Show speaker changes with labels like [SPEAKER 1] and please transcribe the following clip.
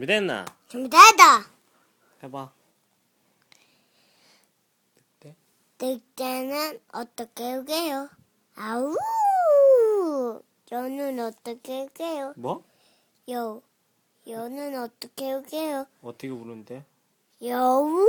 [SPEAKER 1] 준비됐나?
[SPEAKER 2] 준비됐다.
[SPEAKER 1] 해봐.
[SPEAKER 2] 늑대는 어떻게 우게요? 아우! 여는 어떻게 우게요?
[SPEAKER 1] 뭐?
[SPEAKER 2] 여. 여는 어떻게 우게요?
[SPEAKER 1] 어떻게 부르는데?
[SPEAKER 2] 여우!